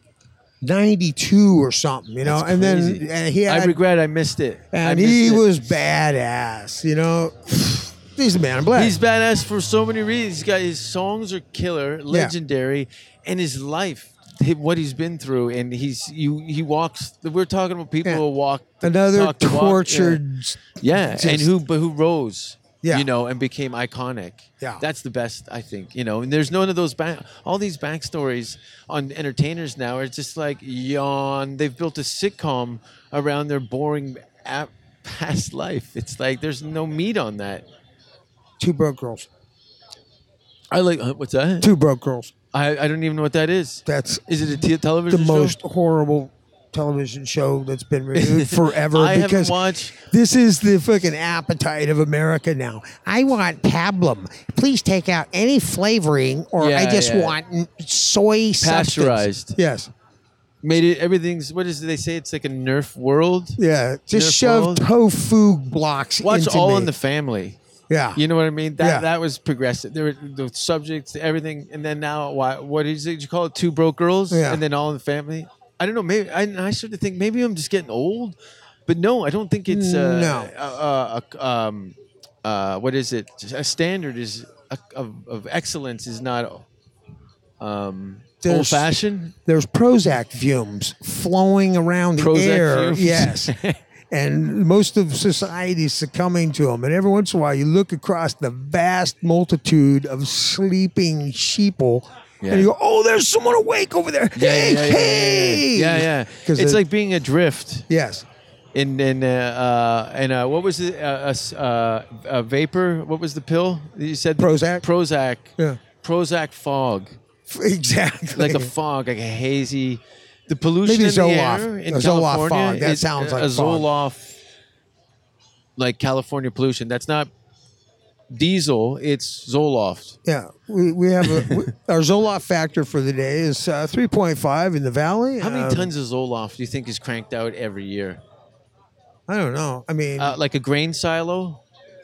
92 or something, you know?
That's
and
crazy.
then and he had,
I regret I missed it. I
and
missed
he
it.
was badass, you know? He's the man in black.
He's badass for so many reasons. He's got his songs are killer, legendary, and his life, hi- what he's been through, and he's you he walks. We're talking about people
Yeah.
who walk the-
Another
talk the walk, yeah.
tortured.
yeah, and
just-
who but who rose,
Yeah.
you know, and became iconic.
Yeah.
that's the best I think. You know, and there's none of those back. All these backstories on entertainers now are just like yawn. They've built a sitcom around their boring ap- past life. It's like there's no meat on that.
Two broke girls.
I like uh, what's that?
Two broke girls.
I, I don't even know what that is.
That's
Is it a t- television
the
show?
most horrible television show that's been renewed forever
I haven't
because
watched.
this is the fucking appetite of America now. I want pablum. Please take out any flavoring or
Yeah,
I just
yeah.
want n- soy substance.
Pasteurized.
Yes.
made it everything's what is it they say it's like a nerf world
Yeah, just
Nerf
shove
balls?
tofu blocks.
watch
into
all
me.
in the family
yeah.
you know what i mean that
Yeah.
that was progressive there were the subjects everything and then now why what is it Did you call it two broke girls
Yeah.
and then all in the family i don't know maybe i, I sort of think maybe i'm just getting old but no i don't think it's uh,
No.
uh, uh, um, uh, what is it a standard is of, of excellence is not um,
There's-
old fashioned
There's Prozac fumes flowing around the
Prozac
air.
fumes.
Yes. and most of society is succumbing to them. And every once in a while, you look across the vast multitude of sleeping sheeple.
Yeah.
And you go, oh, there's someone awake over there. hey, hey.
yeah, yeah.
'Cause
It's
it-
like being adrift
Yes.
in in uh, uh, and uh, what was it? Uh, uh, s- uh, uh, vapor. What was the pill? You said
Prozac?
Prozac.
Yeah.
Prozac fog,
Exactly.
like a fog, like a hazy. The pollution
Maybe
in the
Zoloft.
air in
A Zoloft
California.
fog. That
is
sounds like
a
fog.
Zoloft, like California pollution. That's not diesel. It's Zoloft.
Yeah, we, we have a, we, our Zoloft factor for the day is uh, 3.5 in the valley.
How
Um,
many tons of Zoloft do you think is cranked out every year?
I don't know. I mean,
Uh, like a grain silo,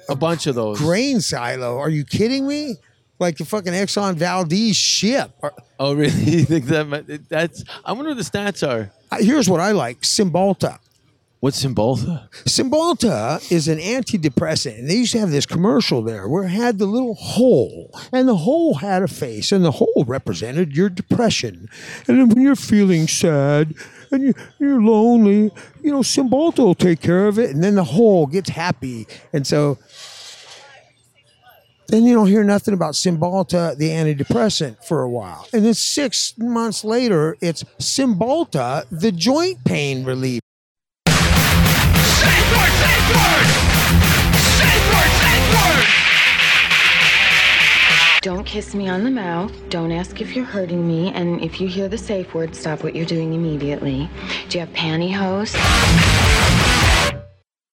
a bunch of those.
grain silo. Are you kidding me? Like the fucking Exxon Valdez ship. Or-
Oh, really? You think that might, that's? I wonder what the stats are.
uh, Here's what I like Cymbalta.
What's Cymbalta?
Cymbalta is an antidepressant, and they used to have this commercial there where it had the little hole, and the hole had a face, and the hole represented your depression. And then when you're feeling sad and you, you're lonely, you know, Cymbalta will take care of it, and then the hole gets happy. And so then you don't hear nothing about Cymbalta, the antidepressant, for a while. And then six months later, it's Cymbalta, the joint pain relief.
Safe word, safe word! Safe word, safe word!
Don't kiss me on the mouth. Don't ask if you're hurting me. And if you hear the safe word, stop what you're doing immediately. Do you have pantyhose?